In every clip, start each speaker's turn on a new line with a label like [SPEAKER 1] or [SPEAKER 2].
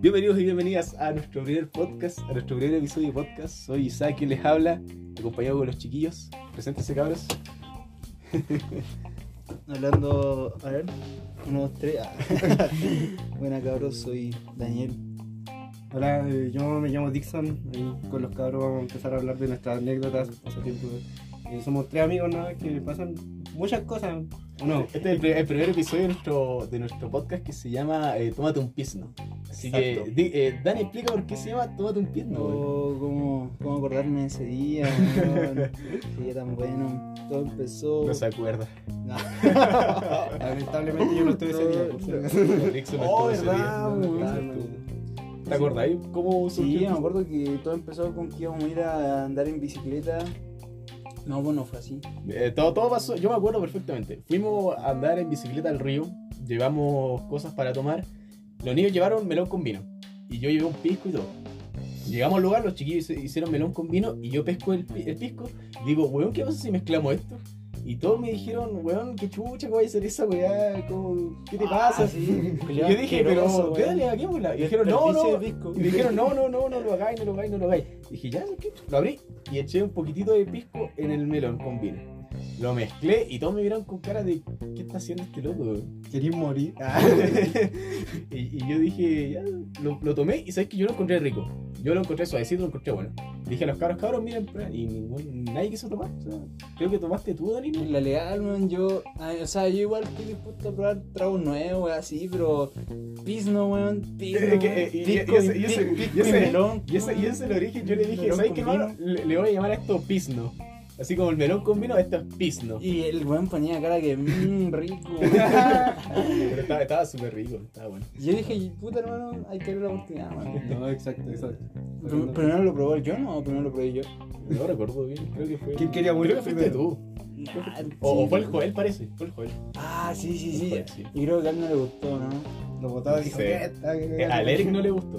[SPEAKER 1] Bienvenidos y bienvenidas a nuestro primer podcast, a nuestro primer episodio de podcast. Soy Isaac quien les habla, acompañado con los chiquillos. Preséntense, cabros.
[SPEAKER 2] Hablando, a ver, uno, dos, tres. ah. Buena cabros, soy Daniel.
[SPEAKER 3] Hola, eh, yo me llamo Dixon. y con los cabros vamos a empezar a hablar de nuestras anécdotas, pasatiempos. Eh, somos tres amigos ¿no? que pasan muchas cosas. ¿o
[SPEAKER 2] Oh.
[SPEAKER 3] no?
[SPEAKER 1] Este es el, pri- el primer episodio de nuestro, de nuestro podcast que se llama eh, Tómate un pizno. Así que,
[SPEAKER 2] Exacto.
[SPEAKER 1] di- eh, Dani, explica por qué se llama Tómate un pizno. weón.
[SPEAKER 2] Oh, cómo, cómo acordarme de ese día, weón. Qué día tan bueno. Todo empezó. Ah.
[SPEAKER 1] No se acuerda.
[SPEAKER 2] No.
[SPEAKER 3] Lamentablemente yo no estuve ese día. Por si acaso.
[SPEAKER 1] Nixon no estuvo ese día.
[SPEAKER 2] Oh, weón.
[SPEAKER 1] Nixon estuvo. ¿Te acordáis cómo surgió?
[SPEAKER 2] Sí, me
[SPEAKER 1] el-
[SPEAKER 2] acuerdo que todo empezó con que íbamos a ir a andar en bicicleta. No, bueno, fue así.
[SPEAKER 1] Eh, todo, todo pasó, yo me acuerdo perfectamente. Fuimos a andar en bicicleta al río, llevamos cosas para tomar. Los niños llevaron melón con vino y yo llevé un pisco y todo. Llegamos al lugar, los chiquillos hice- hicieron melón con vino y yo pesco el, pi- el pisco. Digo, weón, ¿qué pasa si mezclamos esto? Y todos me dijeron, weón, qué chucha, ¿cómo va a ser esa weá? ¿Cómo- ¿Qué te pasa?
[SPEAKER 2] Ah, Sí.
[SPEAKER 1] Y yo dije, pero dale, hagámosla. Y dijeron, no, no. Y dijeron, no, no, no, no lo hagáis, no lo hagáis, no lo hagáis. Dije, ya, ¿qué? lo abrí y eché un poquitito de pisco en el melón con vino. Lo mezclé y todos me vieron con cara de, ¿qué está haciendo este loco? weón?"
[SPEAKER 3] Quería morir.
[SPEAKER 1] Ah. y, y yo dije, ya, lo, lo tomé y sabes que yo lo encontré rico. Yo lo encontré suavecito, lo encontré bueno. Dije a los cabros, cabros, miren, prueben. y ningún- nadie quiso tomar. O sea, creo que tomaste tú, Dani. ¿no?
[SPEAKER 2] En la legal, man, yo. ay, o sea, yo igual estoy dispuesto a probar tragos nuevos, weón, así, pero. Pisno, weón. Pisno.
[SPEAKER 1] Eh, que, eh, y-
[SPEAKER 2] pisco
[SPEAKER 1] y ese- y ese-
[SPEAKER 2] pi- pisco
[SPEAKER 1] y ese-
[SPEAKER 2] melón.
[SPEAKER 1] Y ese, y ese es el origen, yo le dije,
[SPEAKER 2] Melón
[SPEAKER 1] ¿sabes
[SPEAKER 2] con
[SPEAKER 1] qué, hermano? Le, le voy a llamar a esto pisno. Así como el melón con vino, esto es pisno.
[SPEAKER 2] Y el weón ponía cara que. Mmm, rico.
[SPEAKER 1] Pero estaba estaba súper rico, estaba bueno.
[SPEAKER 2] Y yo dije, puta, hermano, hay que darle la oportunidad, man.
[SPEAKER 3] No, exacto, exacto.
[SPEAKER 2] Pr- Primero lo probó el yo, no, primero lo probé yo.
[SPEAKER 1] No recuerdo bien, creo que fue.
[SPEAKER 3] ¿Quién quería morir
[SPEAKER 1] Creo que fuiste
[SPEAKER 3] primero?
[SPEAKER 1] tú.
[SPEAKER 2] Nah,
[SPEAKER 1] O, o
[SPEAKER 2] sí,
[SPEAKER 1] fue el
[SPEAKER 2] weón.
[SPEAKER 1] Joel, parece. Fue el Joel.
[SPEAKER 2] Ah, sí, sí,
[SPEAKER 1] Fue
[SPEAKER 2] sí.
[SPEAKER 1] el Joel,
[SPEAKER 2] Y creo que a él no le gustó, ¿no?
[SPEAKER 3] Lo botaba y dijo,
[SPEAKER 1] Sí.
[SPEAKER 3] "¿Qué está- qué
[SPEAKER 1] Eh,
[SPEAKER 3] gana?".
[SPEAKER 1] Al Eric no le gustó.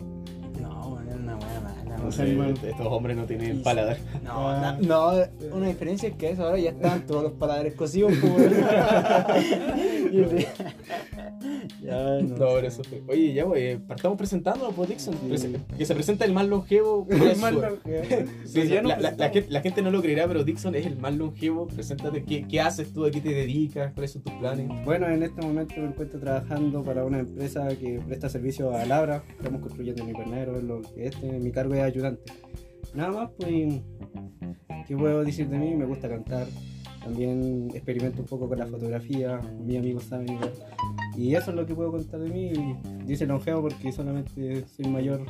[SPEAKER 2] No, bueno, era una buena mala.
[SPEAKER 3] No
[SPEAKER 1] No
[SPEAKER 2] weón.
[SPEAKER 3] sé,
[SPEAKER 1] sé,
[SPEAKER 3] hermano.
[SPEAKER 1] estos hombres no tienen
[SPEAKER 2] Sí.
[SPEAKER 1] paladar.
[SPEAKER 2] No,
[SPEAKER 3] Ah.
[SPEAKER 2] no, no, una diferencia es que a esa hora ya estaban todos los paladares cocidos, po, weón. Y el de- ya,
[SPEAKER 1] No,
[SPEAKER 2] no.
[SPEAKER 1] pero eso fue. Oye, ya, güey, eh, partamos presentándonos, pues, Dixon.
[SPEAKER 3] Sí.
[SPEAKER 1] Prese- Que se presenta el más longevo. con
[SPEAKER 3] El
[SPEAKER 1] su-
[SPEAKER 3] mal longevo.
[SPEAKER 1] Sí,
[SPEAKER 3] Pues ya nos
[SPEAKER 1] la, la- la
[SPEAKER 3] presentamos.
[SPEAKER 1] gente, la gente no lo creerá, pero Dixon es el más longevo. Preséntate, ¿qué, qué haces tú? ¿A qué te dedicas? ¿Cuáles son tus planes?
[SPEAKER 3] Bueno, en este momento me encuentro trabajando para una empresa que presta servicio a Labra. Estamos construyendo mi pernero, es lo que este, mi cargo es ayudante. Nada más, pues, ¿qué puedo decir de mí? Me gusta cantar. También experimento un poco con la fotografía, mis amigos saben. igual. Y eso es lo que puedo contar de mí. Dice longevo porque solamente soy mayor.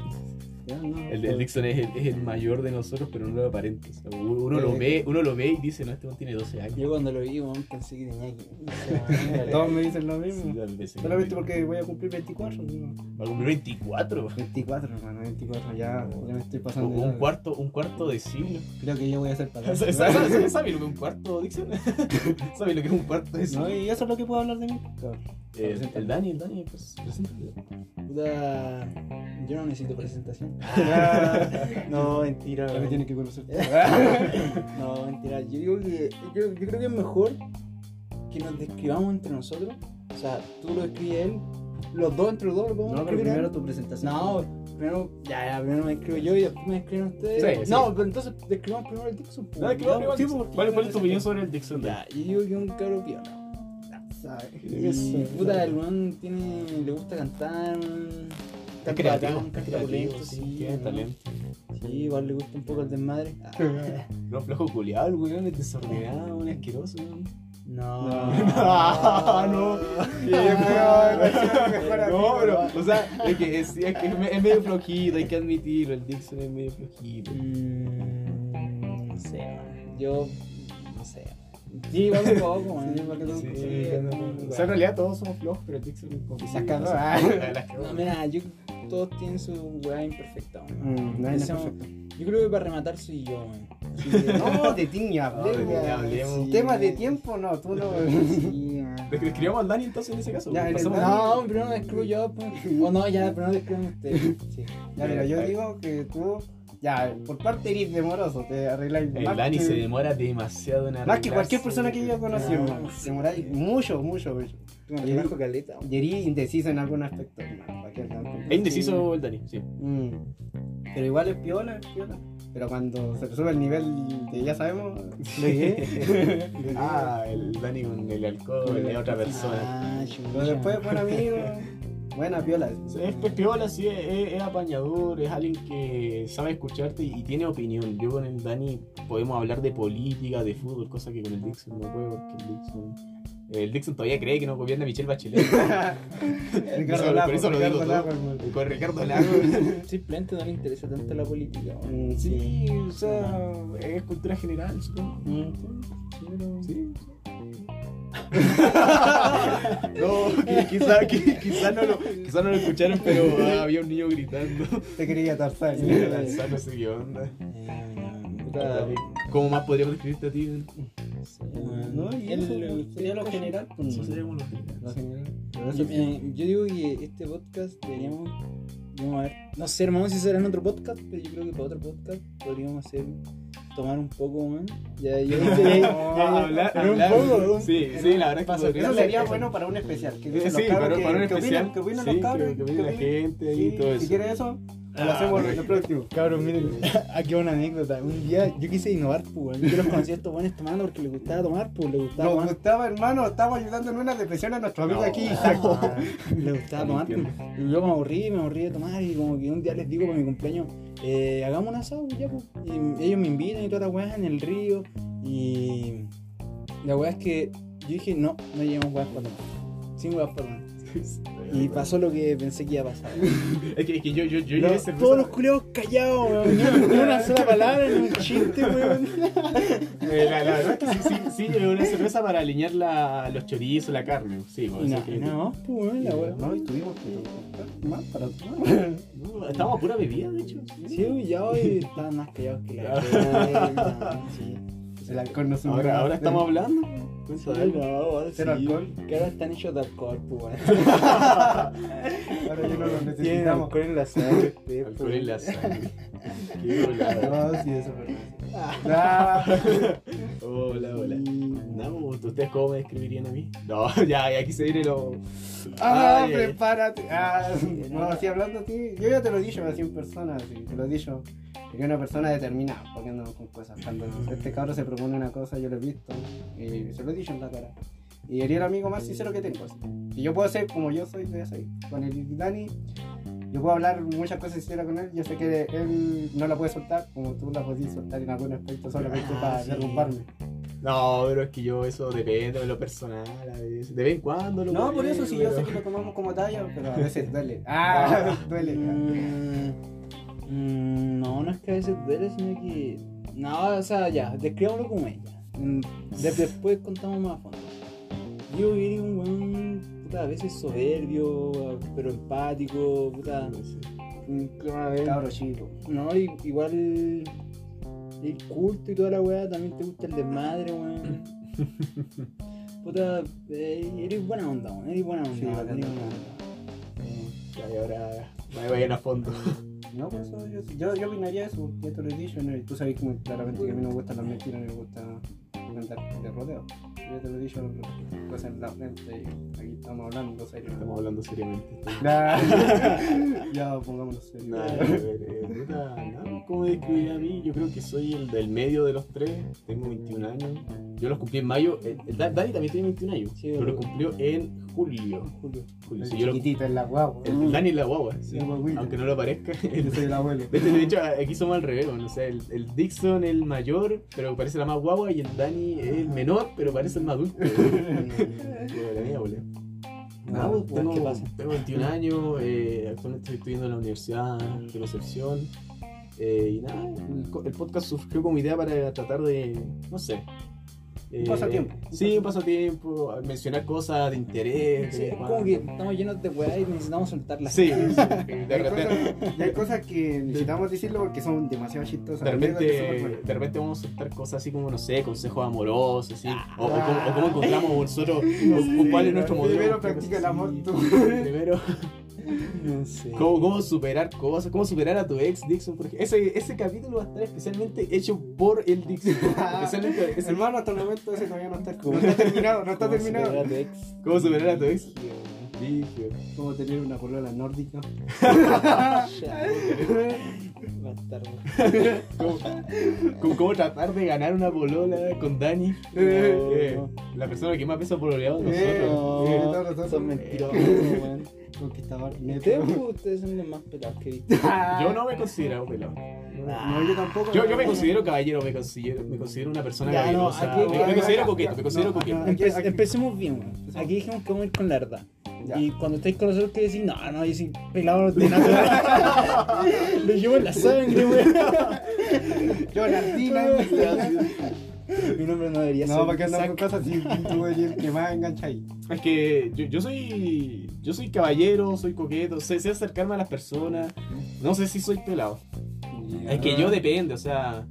[SPEAKER 3] Ya, no,
[SPEAKER 1] El,
[SPEAKER 3] pues,
[SPEAKER 1] el Dixon es el, es el mayor de nosotros, pero no lo aparenta. O sea, uno, uno lo
[SPEAKER 3] Eh.
[SPEAKER 1] ve, uno lo ve y dice, no, este man tiene 12 años.
[SPEAKER 2] Yo cuando lo vi, weón, pensé que tenía 15. weón.
[SPEAKER 3] Todos me dicen lo
[SPEAKER 1] Sí,
[SPEAKER 3] mismo.
[SPEAKER 1] tal vez, sí.
[SPEAKER 3] Solamente porque voy a cumplir 24. ¿no?
[SPEAKER 1] Va a cumplir 24.
[SPEAKER 3] 24, hermano, 24. Ya, ya me estoy pasando. de
[SPEAKER 1] Un
[SPEAKER 3] edad.
[SPEAKER 1] cuarto, un cuarto de siglo.
[SPEAKER 3] Creo que yo voy a hacer para
[SPEAKER 1] ¿Sabes sabes- sabes lo que es un cuarto, Dixon? ¿Sabes lo que es un cuarto de siglo?
[SPEAKER 3] No, y eso es lo que puedo hablar de mí.
[SPEAKER 1] Eh, el, Dani, el Dani, pues, preséntale.
[SPEAKER 2] Puta, yo no necesito presentación. Ah, no, mentira.
[SPEAKER 3] Ya me tienen que conocer.
[SPEAKER 2] No, mentira. Yo digo que yo, yo creo que es mejor que nos describamos entre nosotros. O sea, tú lo escribes él, los dos entre los dos. lo podemos
[SPEAKER 3] No, pero
[SPEAKER 2] escribir,
[SPEAKER 3] primero tu presentación.
[SPEAKER 2] No, primero, ya, ya, primero me escribo yo y después me escriben ustedes.
[SPEAKER 1] Sí, sí.
[SPEAKER 2] No, pero entonces describamos primero el Dixon. pues,
[SPEAKER 1] No, es que va a
[SPEAKER 2] ya,
[SPEAKER 1] privar, Dixon.
[SPEAKER 3] porque
[SPEAKER 1] ¿Cuál
[SPEAKER 3] yo
[SPEAKER 1] cuál
[SPEAKER 3] no
[SPEAKER 1] es tu
[SPEAKER 3] sé
[SPEAKER 1] opinión
[SPEAKER 3] qué-
[SPEAKER 1] sobre este el Dixon? Dani?
[SPEAKER 2] Ya, yo digo que es un cabro piola.
[SPEAKER 3] ¿Sabes?
[SPEAKER 2] Y, puta, el weón tiene, le gusta cantar.
[SPEAKER 1] Es
[SPEAKER 2] canta
[SPEAKER 1] creativo,
[SPEAKER 2] bacán,
[SPEAKER 1] es
[SPEAKER 2] canta
[SPEAKER 1] creativo,
[SPEAKER 2] talento,
[SPEAKER 1] sí, tiene
[SPEAKER 2] ¿no?
[SPEAKER 1] talento.
[SPEAKER 2] Sí, igual le gusta un poco el desmadre. Ah,
[SPEAKER 1] No, flojo culiado, el weón, es desordenado, un asqueroso, weón.
[SPEAKER 2] No.
[SPEAKER 1] No, Ah, no. No, pero, o sea, es que es, es que es me- es medio flojito, hay que admitirlo, el Dixon es medio flojito.
[SPEAKER 2] Mm, No sé, man. yo no sé. Sí, igual un poco, man.
[SPEAKER 3] Sí, igual que tú.
[SPEAKER 1] Sí,
[SPEAKER 3] Sí,
[SPEAKER 1] no, no, no. O sea, en realidad todos somos flojos, pero el Dixon es como que
[SPEAKER 3] Las
[SPEAKER 1] sí,
[SPEAKER 3] cagó,
[SPEAKER 1] no sé,
[SPEAKER 3] ah.
[SPEAKER 1] la- las cagó.
[SPEAKER 2] No, mira, yo todos tienen su weá imperfecta, man.
[SPEAKER 3] Mm, nadie es
[SPEAKER 2] Eso-
[SPEAKER 3] perfecto.
[SPEAKER 2] Yo creo que para rematar soy yo, man. Sí,
[SPEAKER 3] No, de ti ni
[SPEAKER 1] No, de ti ni
[SPEAKER 3] hablemos.
[SPEAKER 1] hablemos.
[SPEAKER 2] Sí.
[SPEAKER 3] Temas de tiempo, no, tú no.
[SPEAKER 2] sí, man.
[SPEAKER 1] Descri- Escribamos al Dani entonces en ese caso.
[SPEAKER 3] Ya, en el
[SPEAKER 1] pasamos
[SPEAKER 3] Dani-
[SPEAKER 2] No, primero me escribo yo, pues. O no, ya, primero escriben ustedes. Sí.
[SPEAKER 3] Ya, mira, yo digo que tú, ya, por parte eres demoroso, te arregláis
[SPEAKER 1] El
[SPEAKER 3] más
[SPEAKER 1] Dani
[SPEAKER 3] que-
[SPEAKER 1] se demora demasiado en
[SPEAKER 3] Más que
[SPEAKER 1] arreglarse.
[SPEAKER 3] cualquier persona que yo he conocido,
[SPEAKER 2] No,
[SPEAKER 3] hermano.
[SPEAKER 2] sí.
[SPEAKER 3] Demoráis mucho, mucho, mucho.
[SPEAKER 2] Me relajo caleta. weón.
[SPEAKER 3] Yeri indecisa en algún aspecto. hermano, ¿para qué andamos con
[SPEAKER 1] Es indeciso el Dani, sí.
[SPEAKER 3] Mm. Pero igual es piola, es piola. Pero cuando se sube el nivel de ya sabemos,
[SPEAKER 2] ¿De qué?
[SPEAKER 1] Ah, el Dani con el alcohol de otra persona.
[SPEAKER 2] Ah,
[SPEAKER 3] pero después, buen amigo, buena piola.
[SPEAKER 1] Sí, Es pues, piola, sí, es, es- es apañador, es alguien que sabe escucharte y tiene opinión. Yo con el Dani podemos hablar de política, de fútbol, cosa que con el Dixon no puedo, porque el Dixon... El Dixon todavía cree que no gobierna Michelle Bachelet.
[SPEAKER 3] Ricardo
[SPEAKER 1] por
[SPEAKER 3] Lago,
[SPEAKER 1] eso lo digo
[SPEAKER 3] Ricardo
[SPEAKER 1] todo.
[SPEAKER 3] Lago, hermano.
[SPEAKER 1] con Ricardo Lago.
[SPEAKER 2] Simplemente no le interesa tanto la política. weón.
[SPEAKER 3] Mm, sí.
[SPEAKER 1] Sí, o sea, es cultura general, supongo.
[SPEAKER 3] Mm.
[SPEAKER 1] Sí. no, qui- quizá, qui- quizá no lo, quizá no lo escucharon, pero ah, había un niño gritando.
[SPEAKER 3] Te quería tarzar.
[SPEAKER 1] Sí, no sé qué onda.
[SPEAKER 2] Eh,
[SPEAKER 1] Puta, ¿Cómo más podríamos describirte a ti?
[SPEAKER 3] No, y
[SPEAKER 2] El-
[SPEAKER 3] eso
[SPEAKER 2] el-
[SPEAKER 3] sería lo general. pues,
[SPEAKER 1] Eso sería como los
[SPEAKER 3] Lo
[SPEAKER 1] generales.
[SPEAKER 3] general. Pero
[SPEAKER 2] Yo,
[SPEAKER 3] eso sí.
[SPEAKER 2] eh, yo digo que este podcast deberíamos. Vamos a ver. No sé, hermano, si será en otro podcast, pero yo creo que para otro podcast podríamos hacer. Tomar un poco, man. Ya, yo
[SPEAKER 1] Ah, hablar-
[SPEAKER 2] Pero un
[SPEAKER 1] hablar-
[SPEAKER 2] poco,
[SPEAKER 1] Sí, sí, la verdad es que
[SPEAKER 3] Paso,
[SPEAKER 1] podría
[SPEAKER 3] Eso
[SPEAKER 1] ser.
[SPEAKER 3] sería bueno para un especial. Que
[SPEAKER 1] Sí,
[SPEAKER 3] dicen los cabros
[SPEAKER 1] para,
[SPEAKER 3] que-
[SPEAKER 1] para un
[SPEAKER 3] que
[SPEAKER 1] especial.
[SPEAKER 3] opinan- Que opinan
[SPEAKER 1] sí,
[SPEAKER 3] los cabros.
[SPEAKER 1] que opine la gente y
[SPEAKER 3] Sí,
[SPEAKER 1] todo
[SPEAKER 3] Si
[SPEAKER 1] eso.
[SPEAKER 3] quieres eso, lo
[SPEAKER 1] Ah,
[SPEAKER 3] hacemos en
[SPEAKER 1] perfecto.
[SPEAKER 3] el próximo.
[SPEAKER 2] Cabrón, miren, aquí va una Ah, anécdota. Un día yo quise innovar, pues, weón. Yo los conocí a estos buenos tomando porque les gustaba tomar, pues, les gustaba
[SPEAKER 3] Nos
[SPEAKER 2] tomar.
[SPEAKER 3] gustaba, hermano, estamos ayudando en una depresión a nuestro amigo
[SPEAKER 1] No.
[SPEAKER 3] aquí, Isaac.
[SPEAKER 2] Le gustaba tomar.
[SPEAKER 1] Entiendo.
[SPEAKER 2] Y yo me aburrí, me aburrí de tomar y como que un día les digo para mi cumpleaños, eh, hagamos un asado, ya, pues. Y ellos me invitan y toda la weá en el río. Y la weá es que yo dije, no, no llevamos weá para tomar. Sin weá para tomar. Y pasó lo que pensé que iba a pasar.
[SPEAKER 1] Es que, es que yo, yo, yo
[SPEAKER 2] No,
[SPEAKER 1] llevé cerveza-
[SPEAKER 2] todos los culeados callados, weón. Ni una sola palabra, ni un chiste, weón.
[SPEAKER 1] Eh, la, la verdad es que sí, sí, sí, llevé una cerveza para alinear la, los chorizos, la carne. Sí,
[SPEAKER 2] Y
[SPEAKER 1] bueno,
[SPEAKER 2] nada,
[SPEAKER 1] eso
[SPEAKER 2] y
[SPEAKER 1] que-
[SPEAKER 2] nada más, pues, weón, la weá.
[SPEAKER 3] No, y tuvimos que comprar más para tomar.
[SPEAKER 1] No, estábamos Uh, a pura bebida, de hecho.
[SPEAKER 2] Sí, güey, ya hoy estaban más callados que la
[SPEAKER 3] El alcohol no sube
[SPEAKER 1] Ahora,
[SPEAKER 3] más.
[SPEAKER 1] ahora estamos hablando. Cuenta de algo.
[SPEAKER 3] Cero alcohol.
[SPEAKER 2] Que ahora están hechos de alcohol, pues,
[SPEAKER 3] Ahora ya no lo
[SPEAKER 2] Tienen
[SPEAKER 3] necesitamos.
[SPEAKER 2] alcohol en la sangre. ustedes,
[SPEAKER 1] Alcohol
[SPEAKER 2] pues.
[SPEAKER 1] en la sangre. Qué hola.
[SPEAKER 3] No, sí, eso Ah. es verdad.
[SPEAKER 1] Hola, hola. Namo, ¿ustedes cómo me describirían a mí? No, ya, ya aquí se viene lo.
[SPEAKER 3] Ah,
[SPEAKER 1] Ay, ay, ay.
[SPEAKER 3] prepárate. Ah, no, así hablando a ti. Yo ya te lo he dicho, así en persona, así, te lo he dicho. Yo una persona determinada, porque andamos con cosas. Cuando este cabrón se propone una cosa, yo lo he visto y se lo he dicho en la cara. Y sería el amigo más sincero que tengo. así. Y yo puedo ser como yo soy, yo soy. Con el Dani, yo puedo hablar muchas cosas sinceras con él. Yo sé que él no la puede soltar, como tú la podías soltar en algún aspecto solamente
[SPEAKER 2] Ah,
[SPEAKER 3] para
[SPEAKER 2] sí.
[SPEAKER 3] derrumbarme.
[SPEAKER 1] No, pero es que yo eso depende de lo personal a veces. De vez en cuando lo
[SPEAKER 3] No,
[SPEAKER 1] pongo,
[SPEAKER 3] por eso sí, yo
[SPEAKER 1] pero-
[SPEAKER 3] sé que lo tomamos como talla, pero a veces duele. Ah, duele.
[SPEAKER 2] Mm, mm, No, no es que a veces duele, sino que. No, o sea, ya, describámoslo como ella. Mm, de- Después contamos más a fondo. Yo era un weón, puta, a veces soberbio, pero empático, puta. mm, claro, eh,
[SPEAKER 3] Cabro chico.
[SPEAKER 2] No, i- igual el culto y toda la weá, también te gusta el desmadre, weón. Puta, eh, eres buena onda, weón, eres buena onda. Eh,
[SPEAKER 3] Sí, bacán,
[SPEAKER 2] eres buena
[SPEAKER 3] bacán.
[SPEAKER 2] onda.
[SPEAKER 1] Ya, y ahora me vayan a fondo.
[SPEAKER 3] No, por eso yo, yo, yo opinaría eso, ya te lo he dicho, ¿no? Y tú sabes muy claramente que a mí no me gustan las mentiras, no me gusta andar de rodeo. Yo ya te lo he dicho, cosas en la frente, y aquí estamos hablando, cosas serio.
[SPEAKER 1] Estamos hablando seriamente.
[SPEAKER 3] Nah. ya, pongámonos serios.
[SPEAKER 1] Nada, eh, puta, nada, ¿cómo me describiría a mí? Yo creo que soy el del medio de los tres, tengo 21 años. Yo los cumplí en mayo, el, el Dan- Dani también tiene 21 años,
[SPEAKER 2] Sí,
[SPEAKER 1] pero
[SPEAKER 2] el-
[SPEAKER 1] lo cumplió en julio.
[SPEAKER 2] Julio.
[SPEAKER 1] Julio,
[SPEAKER 3] El
[SPEAKER 1] sí, yo lo-
[SPEAKER 3] chiquitito en la guagua.
[SPEAKER 1] el, el Dani Este es la guagua, sí,
[SPEAKER 3] La guaguita.
[SPEAKER 1] aunque no lo parezca.
[SPEAKER 3] Yo soy el abuelo.
[SPEAKER 1] De hecho, de hecho, aquí somos al revés, bueno, o sea, el, el Dixon el mayor, pero parece la más guagua, y el Dani es el menor, pero parece el más adulto. Bueno, la mía, boludo.
[SPEAKER 2] Ah,
[SPEAKER 1] No,
[SPEAKER 2] pues, ¿qué
[SPEAKER 1] tengo,
[SPEAKER 2] pasa?
[SPEAKER 1] tengo 21 años, eh, actualmente estoy estudiando en la Universidad de Concepción. eh, y nada, el, co- el podcast surgió como idea para tratar de, no sé. eh,
[SPEAKER 3] pasatiempo.
[SPEAKER 1] Sí, un pasatiempo, a mencionar cosas de interés.
[SPEAKER 2] Sí,
[SPEAKER 1] de-
[SPEAKER 2] es Eh, como que estamos llenos de weá y necesitamos soltarlas.
[SPEAKER 1] Sí, sí, de
[SPEAKER 3] Hay
[SPEAKER 1] repente,
[SPEAKER 3] cosas, y hay cosas que necesitamos decirlo porque son demasiado chistosas.
[SPEAKER 1] de
[SPEAKER 3] Anécdotas súper
[SPEAKER 1] repente,
[SPEAKER 3] buenas.
[SPEAKER 1] de repente vamos a soltar cosas así como, no sé, consejos amorosos, así, o, o cómo,
[SPEAKER 3] Ah.
[SPEAKER 1] o cómo encontramos nosotros, o- o cuál es nuestro modelo.
[SPEAKER 3] Primero practica el amor
[SPEAKER 1] Sí,
[SPEAKER 3] tú.
[SPEAKER 1] Primero,
[SPEAKER 3] No sé.
[SPEAKER 1] ¿Cómo, cómo superar cosas, cómo superar a tu ex Dixon. Por ejemplo. Ese, ese capítulo va a estar especialmente hecho por el Dixon. especialmente ese-
[SPEAKER 3] Hermano, hasta el momento ese todavía no está,
[SPEAKER 2] ¿Cómo?
[SPEAKER 3] no está terminado, no está
[SPEAKER 2] ¿Cómo superar
[SPEAKER 3] terminado.
[SPEAKER 2] a tu ex?
[SPEAKER 1] ¿Cómo superar a tu ex? Brígido.
[SPEAKER 3] Como tener una polola nórdica.
[SPEAKER 2] Ah, Ya, bastardo.
[SPEAKER 1] ¿Cómo, cómo- cómo tratar de ganar una bolola con Dani? Eh, la persona que más pesa por oleado nosotros.
[SPEAKER 2] No,
[SPEAKER 3] Sí, no, no, no.
[SPEAKER 2] son mentirosos, weón.
[SPEAKER 3] Conquistador.
[SPEAKER 2] Ustedes,
[SPEAKER 3] Neto.
[SPEAKER 2] pues, ustedes son los más pelados que he visto.
[SPEAKER 1] Eh, Yo no me considero pelado.
[SPEAKER 3] No, yo tampoco.
[SPEAKER 1] Yo, yo me considero caballero, me considero, me considero una persona
[SPEAKER 2] Ya, no,
[SPEAKER 1] caballerosa.
[SPEAKER 2] aquí-
[SPEAKER 1] me, me
[SPEAKER 2] aquí-
[SPEAKER 1] considero
[SPEAKER 3] aquí-
[SPEAKER 1] coqueto, me considero
[SPEAKER 3] no,
[SPEAKER 1] coqueto.
[SPEAKER 3] aquí-
[SPEAKER 2] Empe- empecemos bien, weón. Aquí dijimos que vamos a ir con la verdad.
[SPEAKER 3] Ya.
[SPEAKER 2] Y cuando estáis con nosotros, que decís, no, no, yo soy pelado de natural. Lo llevo en la sangre, weón.
[SPEAKER 3] Yo, Nardina.
[SPEAKER 2] Mi nombre no debería ser.
[SPEAKER 3] No, para que andamos
[SPEAKER 2] Isaac.
[SPEAKER 3] con cosas así. Tú eres el que más engancha ahí.
[SPEAKER 1] Es que yo, yo soy yo soy caballero, soy coqueto, sé, sé acercarme a las personas. No sé si soy pelado. Es que yo depende, o sea,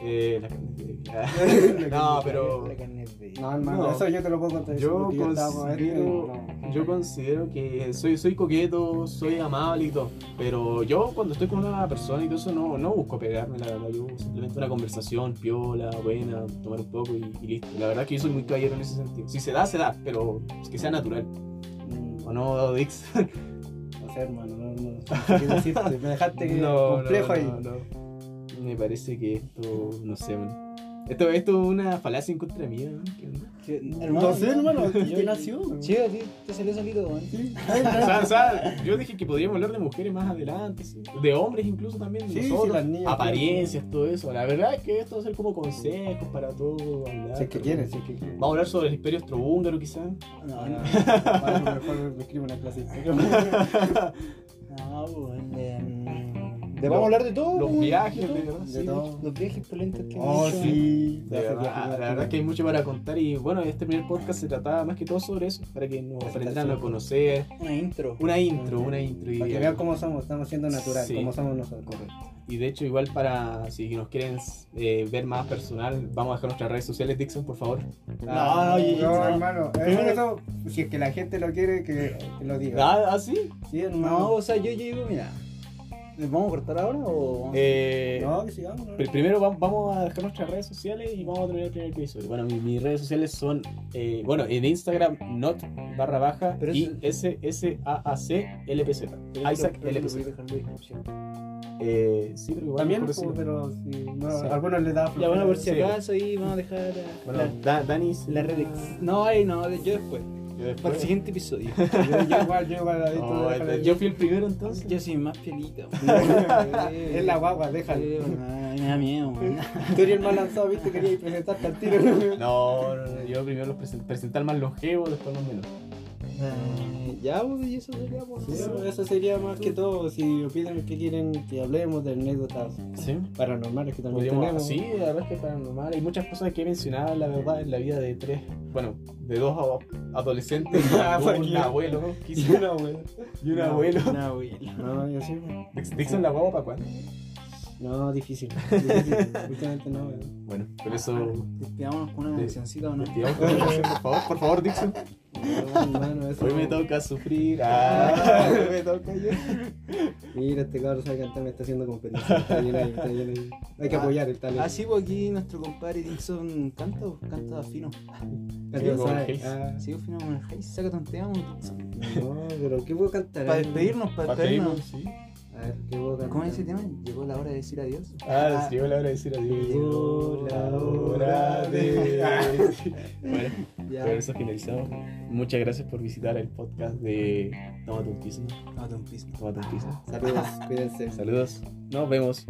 [SPEAKER 1] eh, la carne es débil. No, pero
[SPEAKER 2] La carne es de-
[SPEAKER 3] No, hermano,
[SPEAKER 1] No.
[SPEAKER 3] eso yo te lo puedo contar.
[SPEAKER 1] yo
[SPEAKER 3] porque estábamos ahí,
[SPEAKER 1] considero
[SPEAKER 3] no.
[SPEAKER 1] yo considero que soy soy coqueto, soy amable y todo, pero yo cuando estoy con una persona y todo eso no, no busco pegarme, la verdad, yo simplemente una conversación piola, buena, tomar un poco y, y listo. La verdad que yo soy muy caballero en ese sentido. Si se da, se da, pero que sea natural. ¿O no, Dix?
[SPEAKER 3] No sé, hermano, no, no, no sé qué decirte. Me dejaste complejo ahí.
[SPEAKER 1] no, no. Me parece que esto, no sé, man. Esto, esto es una falacia en contra mía. ¿no? ¿Qué onda?
[SPEAKER 2] Que-
[SPEAKER 3] No sé, hermano, ¿quién
[SPEAKER 2] yo-
[SPEAKER 3] nació?
[SPEAKER 2] Chido, tío, te salió solito, weón.
[SPEAKER 1] O sea, o sea, yo dije que podríamos hablar de mujeres más adelante, sí. de hombres incluso también,
[SPEAKER 3] Sí,
[SPEAKER 1] nosotros,
[SPEAKER 3] sí, las niñas,
[SPEAKER 1] apariencias, todo eso. La verdad es que esto va a ser como consejos para todo hablar.
[SPEAKER 3] Si es que quieres, si es que quieres.
[SPEAKER 1] Vamos a hablar sobre el imperio austrohúngaro quizás.
[SPEAKER 2] No, no.
[SPEAKER 3] Bueno, mejor me escribo una clase.
[SPEAKER 2] No, weón. eh, mm,
[SPEAKER 1] Los-
[SPEAKER 2] Vamos a hablar de todo,
[SPEAKER 1] Los
[SPEAKER 2] weón,
[SPEAKER 1] viajes,
[SPEAKER 2] todo.
[SPEAKER 1] de verdad.
[SPEAKER 3] De
[SPEAKER 1] sí.
[SPEAKER 3] todo.
[SPEAKER 2] Los viajes polentos que
[SPEAKER 3] Oh,
[SPEAKER 2] han hecho.
[SPEAKER 3] sí.
[SPEAKER 1] De verdad, la verdad es que hay mucho para contar y bueno, este primer podcast se trataba más que todo sobre eso, para que nos aprendan a conocer,
[SPEAKER 2] Una intro.
[SPEAKER 1] una intro, una intro. y-
[SPEAKER 3] Para que vean cómo somos, estamos siendo natural,
[SPEAKER 1] Sí.
[SPEAKER 3] como somos nosotros.
[SPEAKER 1] Y de hecho, igual para si nos quieren eh, ver más personal, vamos a dejar nuestras redes sociales, Dixon, por favor.
[SPEAKER 2] No, oye,
[SPEAKER 3] Ah, no,
[SPEAKER 2] no.
[SPEAKER 3] hermano, eso, eso, si es que la gente lo quiere, que, que lo diga.
[SPEAKER 1] Ah, ah, sí.
[SPEAKER 3] Sí,
[SPEAKER 2] No,
[SPEAKER 3] hermano.
[SPEAKER 2] o sea, yo, yo digo, mira. ¿les ¿Vamos a cortar ahora o.? vamos a-
[SPEAKER 1] Eh,
[SPEAKER 3] No, que sigamos. ¿no?
[SPEAKER 1] pr- Primero vam- vamos a dejar nuestras redes sociales y vamos a terminar el primer episodio. Bueno, mi- mis redes sociales son, eh, bueno, en Instagram, not barra baja
[SPEAKER 2] Pero
[SPEAKER 1] y
[SPEAKER 2] eso-
[SPEAKER 1] s s a a c lpz.
[SPEAKER 2] Pero
[SPEAKER 1] Isaac
[SPEAKER 2] lo- pero lo voy
[SPEAKER 1] lpz.
[SPEAKER 2] dejando en descripción.
[SPEAKER 1] Eh, sí, pero igual
[SPEAKER 3] También, pues,
[SPEAKER 1] mejor decirlo.
[SPEAKER 3] pero si no,
[SPEAKER 1] Sí.
[SPEAKER 3] a algunos les da
[SPEAKER 2] Ya, bueno, pues, por si
[SPEAKER 1] Sí.
[SPEAKER 2] acaso ahí vamos a dejar eh,
[SPEAKER 1] Bueno, Da- Dani, sí.
[SPEAKER 2] la, la red. No, ahí no, de- yo después.
[SPEAKER 1] Yo,
[SPEAKER 2] Para el
[SPEAKER 1] después.
[SPEAKER 2] siguiente episodio.
[SPEAKER 3] Yo, yo igual, yo igual, ahí tú
[SPEAKER 1] Oh,
[SPEAKER 3] déjalo ahí.
[SPEAKER 1] yo fui el primero entonces.
[SPEAKER 2] yo soy más fielito.
[SPEAKER 3] Es la guagua, déjalo.
[SPEAKER 2] Me da miedo, weón.
[SPEAKER 3] Tú eres el más lanzado, viste, quería presentarte al tiro.
[SPEAKER 1] No, no, no, yo primero los presen- presentar más longevo, después los menores.
[SPEAKER 2] Eh, Ya, pues, y eso sería, pues.
[SPEAKER 3] Sí, eso sería más que todo. Si opinan que quieren que hablemos de anécdotas
[SPEAKER 1] Sí.
[SPEAKER 3] paranormales que también
[SPEAKER 1] Podríamos, ah,
[SPEAKER 3] tenemos.
[SPEAKER 1] sí, la verdad es que es paranormal. Hay muchas cosas que he mencionado, la verdad, en la vida de tres, bueno, de dos a- adolescentes,
[SPEAKER 3] Ah,
[SPEAKER 1] un
[SPEAKER 3] porque-
[SPEAKER 1] abuelo,
[SPEAKER 3] Y
[SPEAKER 1] quizá,
[SPEAKER 3] una abuela.
[SPEAKER 1] y un
[SPEAKER 3] No,
[SPEAKER 1] abuelo.
[SPEAKER 2] Una abuela.
[SPEAKER 3] No, yo sí. güey.
[SPEAKER 1] Dix- Dixon, ¿la guagua para cuándo?
[SPEAKER 3] No, difícil. difícil. Justamente no. güey.
[SPEAKER 1] Bueno, por eso,
[SPEAKER 2] Despidámonos con una
[SPEAKER 1] Sí.
[SPEAKER 2] cancioncita o no.
[SPEAKER 1] digamos, por favor, por favor, Dixon.
[SPEAKER 3] No, hermano, eso.
[SPEAKER 1] Hoy me toca sufrir. Ah, hoy me toca yo.
[SPEAKER 3] Mira, este cabrón sabe cantar, me está haciendo competencia. Está bien ahí, está bien ahí. Hay que apoyar el talento.
[SPEAKER 2] Ah, sí, pues aquí nuestro compadre Dixon canta, pues, canta fino.
[SPEAKER 3] El
[SPEAKER 1] sí,
[SPEAKER 3] talento
[SPEAKER 1] como
[SPEAKER 3] sabe.
[SPEAKER 1] el Hayes.
[SPEAKER 3] Ah,
[SPEAKER 2] Sigo fino con el Jai, saca tonteamos, Dixon.
[SPEAKER 3] No, pero ¿qué puedo cantar?
[SPEAKER 2] Para despedirnos, para
[SPEAKER 1] Pa' Facebook,
[SPEAKER 2] despedirnos.
[SPEAKER 1] sí.
[SPEAKER 3] A ver, ¿qué puedo cantar?
[SPEAKER 2] ¿Cómo es ese tema? Llegó la hora de decir adiós.
[SPEAKER 1] Ah, sí, llegó la hora de decir adiós.
[SPEAKER 3] Llegó la hora
[SPEAKER 1] de.
[SPEAKER 3] de-
[SPEAKER 1] bueno,
[SPEAKER 2] Ya.
[SPEAKER 1] con eso finalizamos. Muchas gracias por visitar el podcast de Toma tu Autismo.
[SPEAKER 2] Tómate un pisco.
[SPEAKER 1] Toma tu Autismo.
[SPEAKER 3] Saludos, cuídense.
[SPEAKER 1] Saludos. Nos vemos.